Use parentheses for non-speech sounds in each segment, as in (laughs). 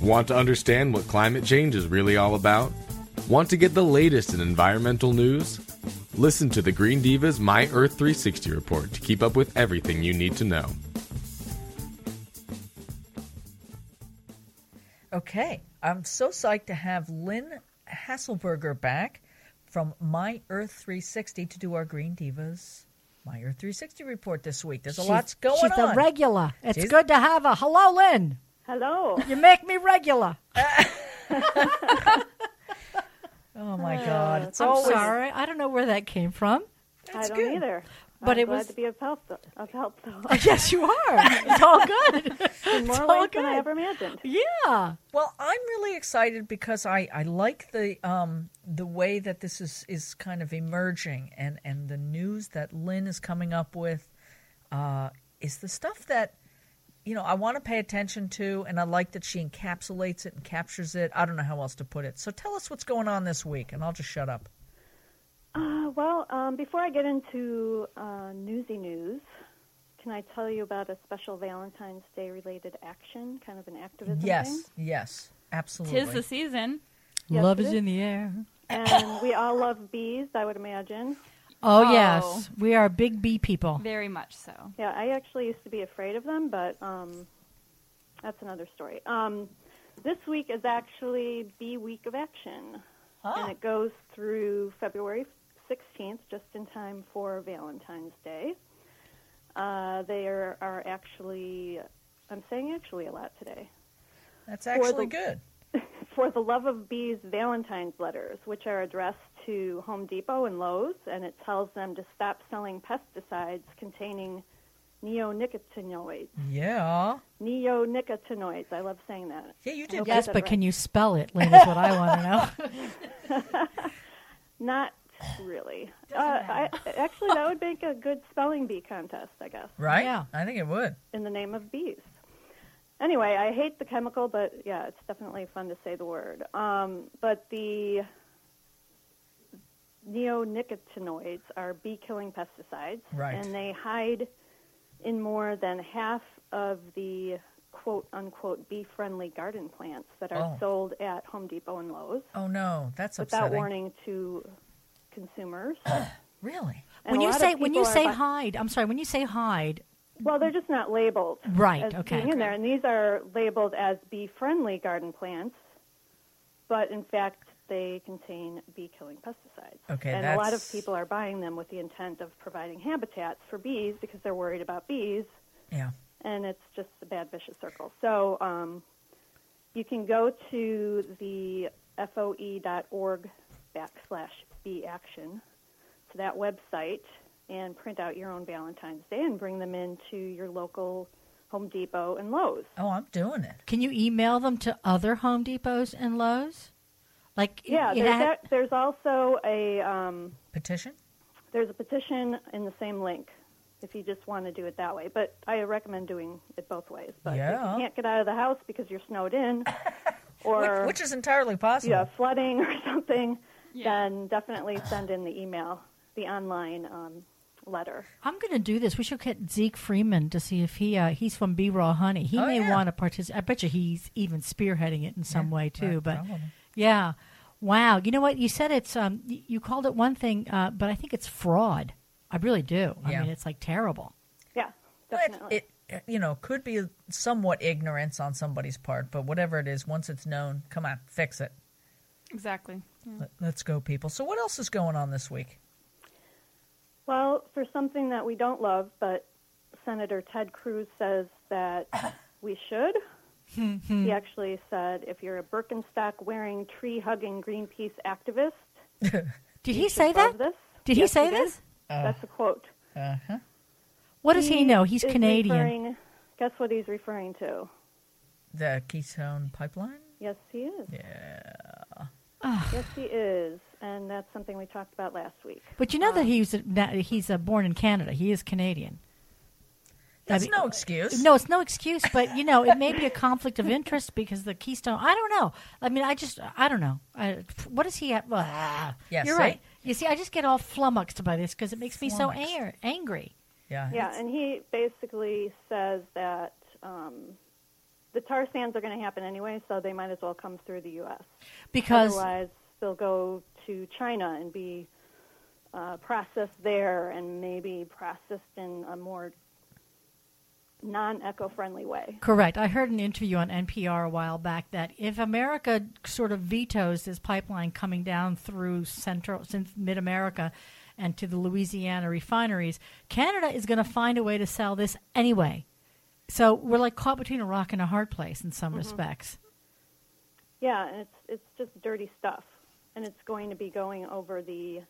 Want to understand what climate change is really all about? Want to get the latest in environmental news? Listen to the Green Divas My Earth 360 report to keep up with everything you need to know. Okay, I'm so psyched to have Lynn Hasselberger back from My Earth 360 to do our Green Divas My Earth 360 report this week. There's a lot's going she's on. a regular. It's She's- good to have her. Hello, Lynn. Hello. You make me regular. oh my God, it's I'm always sorry. I don't know where that came from. I don't good. either. But I'm it glad was- to be of help. Though. Of help, (laughs) though. (laughs) Oh, yes, you are. It's all good. In more all ways than I good. ever imagined. (laughs) Yeah. Well, I'm really excited because I, I like the um, the way that this is, is kind of emerging and, and the news that Lynn is coming up with uh, is the stuff that you know I want to pay attention to and I like that she encapsulates it and captures it. I don't know how else to put it. So tell us what's going on this week and I'll just shut up. Uh, well, um, before I get into uh, newsy news, can I tell you about a special Valentine's Day related action, kind of an activism thing? Yes, yes, absolutely. Tis the season. Yes, Love it is is. in the air. And we all love bees, I would imagine. Oh, Oh. yes. We are big bee people. Very much so. Yeah, I actually used to be afraid of them, but um, that's another story. Um, this week is actually Bee Week of Action, and it goes through February 16th, just in time for Valentine's Day. Uh, there are actually, I'm saying actually a lot today, That's actually the- good. for the Love of Bees Valentine's letters, which are addressed to Home Depot and Lowe's, and it tells them to stop selling pesticides containing neonicotinoids. Yeah. neonicotinoids. I love saying that. Yeah, you did. hope Yes, I said but it can right. you spell it, Lynn, is what I (laughs) want to know. Not (sighs) really. Uh, I, actually, that would make a good spelling bee contest, I guess, Right? Yeah. I think it would. in the name of bees. Anyway, I hate the chemical, but yeah, it's definitely fun to say the word. Um, but the neonicotinoids are bee killing pesticides, Right. and they hide in more than half of the quote unquote bee friendly garden plants that are Oh. sold at Home Depot and Lowe's. Oh no, that's without upsetting. warning to consumers. Really? And when a you lot of say when you people are say bu- hide, I'm sorry. When you say hide, well, they're just not labeled Right, as okay. being in there, and these are labeled as bee-friendly garden plants, but in fact they contain bee-killing pesticides. Okay, and a lot of that's- people are buying them with the intent of providing habitats for bees because they're worried about bees Yeah. and it's just a bad vicious circle. So um, you can go to the foe.org backslash be action to that website and print out your own Valentine's Day and bring them into your local Home Depot and Lowe's. Oh, I'm doing it. can you email them to other Home Depots and Lowe's? Like Yeah, it there's, had- that, there's also a um, Petition? there's a petition in the same link if you just want to do it that way. But I recommend doing it both ways. But if Yeah. you can't get out of the house because you're snowed (laughs) in, or which, which is entirely possible. yeah, flooding or (laughs) something, Yeah. then definitely send in the email, the online um, letter. I'm going to do this. We should get Zeke Freeman to see if he uh, he's from B Raw Honey. He Oh, may yeah. want to participate. I bet you he's even spearheading it in some way too. right, but probably. yeah, wow. You know what? You said it's um y- you called it one thing, uh, but I think it's fraud. I really do. I Yeah. mean, it's like terrible. Yeah, But definitely. it, you know, could be somewhat ignorance on somebody's part, but whatever it is, once it's known, come on, fix it. Exactly. Hmm. Let, let's go, people. So, what else is going on this week? well, for something that we don't love, but Senator Ted Cruz says (coughs) that we should. Mm-hmm. he actually said, if you're a Birkenstock wearing, tree hugging Greenpeace activist, Did he say should that? love this. Did he Yes, say he did. this? That's a quote. What does he know? He's is Canadian. referring- guess what he's referring to? The Keystone Pipeline? Yes, he is. Yeah. Yes, he is, and that's something we talked about last week. But you know uh, that he's a, that he's uh born in Canada. He is Canadian. That's mean- no excuse. No, it's no excuse, but you know it may be a conflict of interest because the Keystone. I don't know. I mean, I just I don't know. I, what does he have? Ah, Yeah, you're see? right. You see, I just get all flummoxed by this because it makes me so Flummoxed. air, angry. Yeah. Yeah, and he basically says that um, the tar sands are going to happen anyway, so they might as well come through the U.S. because Otherwise, they'll go to China and be uh, processed there and maybe processed in a more non eco friendly way. Correct. I heard an interview on NPR a while back that if America sort of vetoes this pipeline coming down through central, mid America, and to the Louisiana refineries, Canada is going to find a way to sell this anyway. So we're like caught between a rock and a hard place in some respects. Yeah, and it's, it's just dirty stuff. And it's going to be going over the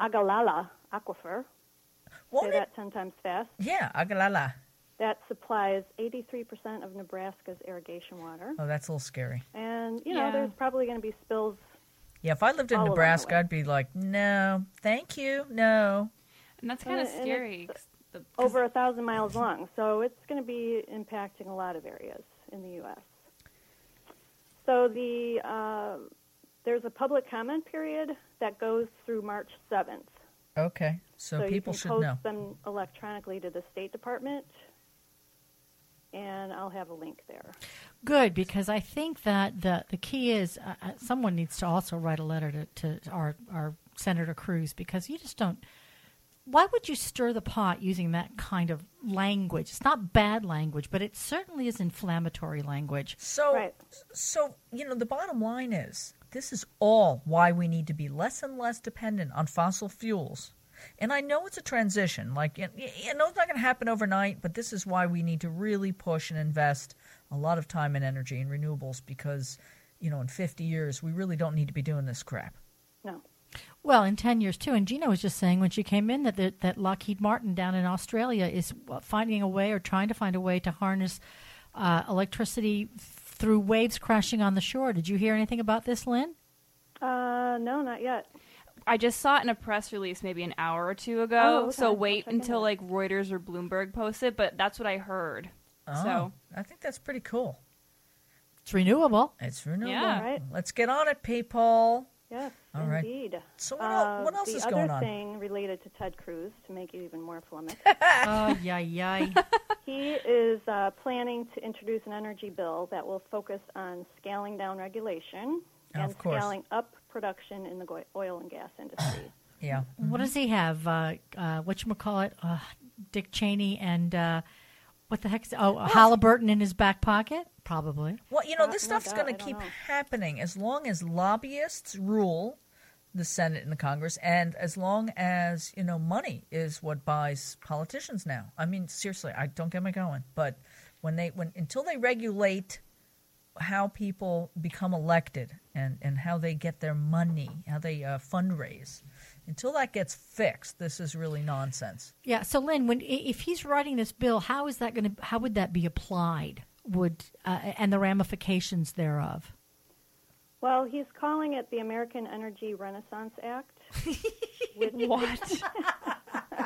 Agalala aquifer. Say Won't it? that 10 times fast. Yeah, agalala. That supplies 83% of Nebraska's irrigation water. Oh, that's a little scary. And, you know, Yeah. there's probably going to be spills. Yeah, if I lived in All along the Nebraska, way. I'd be like, no, thank you, no. And that's kind And of it- and uh, scary. 'cause the- 'cause- over a thousand miles long, so it's going to be impacting a lot of areas in the U.S. So the uh, there's a public comment period that goes through March 7th. Okay, so, you people can should post know. them electronically to the State Department, and I'll have a link there. Good, because I think that the the key is uh, uh, someone needs to also write a letter to, to our our Senator Cruz because you just don't. Why would you stir the pot using that kind of language? It's not bad language, but it certainly is inflammatory language. So, Right. so you know, the bottom line is this is all why we need to be less and less dependent on fossil fuels. And I know it's a transition. Like, you you know, it's not going to happen overnight, but this is why we need to really push and invest a lot of time and energy in renewables because, you know, in 50 years, we really don't need to be doing this crap. No, Well, in ten years too. And Gina was just saying when she came in that that, that Lockheed Martin down in Australia is uh, finding a way or trying to find a way to harness uh, electricity through waves crashing on the shore. Did you hear anything about this, Lynn? uh, no, not yet. I just saw it in a press release maybe an hour or two ago. Oh, okay. So I'll wait check into until it. like Reuters or Bloomberg posts it, but that's what I heard. Oh, (laughs) So I think that's pretty cool. It's renewable. It's renewable. Yeah. Right. Let's get on it, people. Yes, All right. indeed. Uh, So what el- what else the is other going on? thing related to Ted Cruz to make you even more flummoxed. (laughs) Oh, yeah, yeah. He is uh, planning to introduce an energy bill that will focus on scaling down regulation Of and course. scaling up production in the go- oil and gas (sighs) industry. Yeah. What does he have? Uh, uh, what you call it? Uh, Dick Cheney and uh, what the heck? Is, oh, Halliburton in his back pocket, probably. Well, you know, Uh, this oh my stuff's God, going I to don't keep know. happening as long as lobbyists rule the Senate and the Congress, and as long as, you know, money is what buys politicians now. I mean, seriously, I don't get me going, but when they, when, until they regulate how people become elected and, and how they get their money, how they uh, fundraise, until that gets fixed, this is really nonsense. Yeah. So, Lynn, when i- if he's writing this bill, how is that going to? How would that be applied? Would uh, and the ramifications thereof? well, he's calling it the American Energy Renaissance Act. what?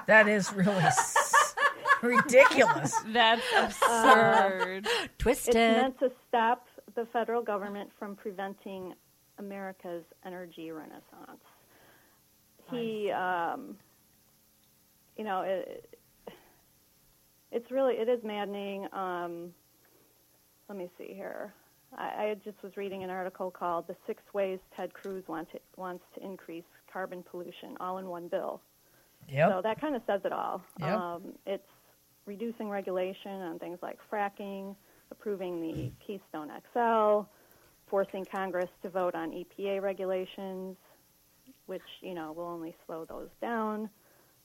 That is really (laughs) s- ridiculous. that's Uh. absurd. It's Twisted. meant to stop the federal government from preventing America's energy renaissance. He, um, you know, it, it's really it is maddening. Um, let me see here. I, I just was reading an article called "The Six Ways Ted Cruz want to, Wants to Increase Carbon Pollution," all in one bill. Yep. So that kind of says it all. Yep. Um, it's reducing regulation on things like fracking, approving the Keystone XL, forcing Congress to vote on EPA regulations, which you know will only slow those down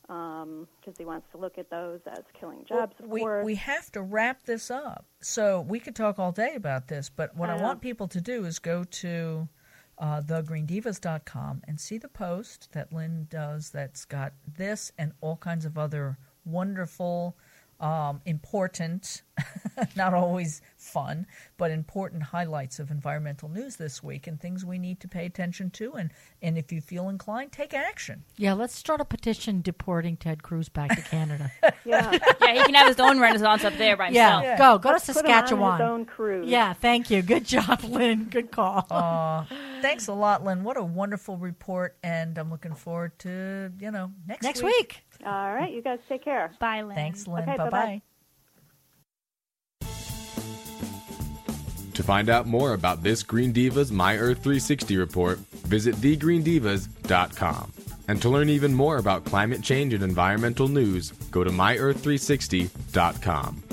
because he wants to look at those as killing jobs. of we, course, we have to wrap this up. So we could talk all day about this, but what I, I know. want people to do is go to uh, thegreendivas.com and see the post that Lynn does that's got this and all kinds of other wonderful, um, important, (laughs) not always fun, but important highlights of environmental news this week and things we need to pay attention to. And, and if you feel inclined, take action. yeah. Let's start a petition deporting Ted Cruz back to (laughs) Canada. (laughs) yeah. yeah, he can have his own renaissance up there by yeah, himself. Go. Go to Put him on his Saskatchewan. own cruise. yeah. Thank you. Good job, Lynn. Good call. Thanks a lot, Lynn. What a wonderful report, and I'm looking forward to you know next Next week. week. All right, you guys take care. Bye, Lynn. Thanks, Lynn. Okay, bye bye-bye. bye. To find out more about this Green Divas My Earth 360 report, visit thegreendivas.com. And to learn even more about climate change and environmental news, go to myearth360.com.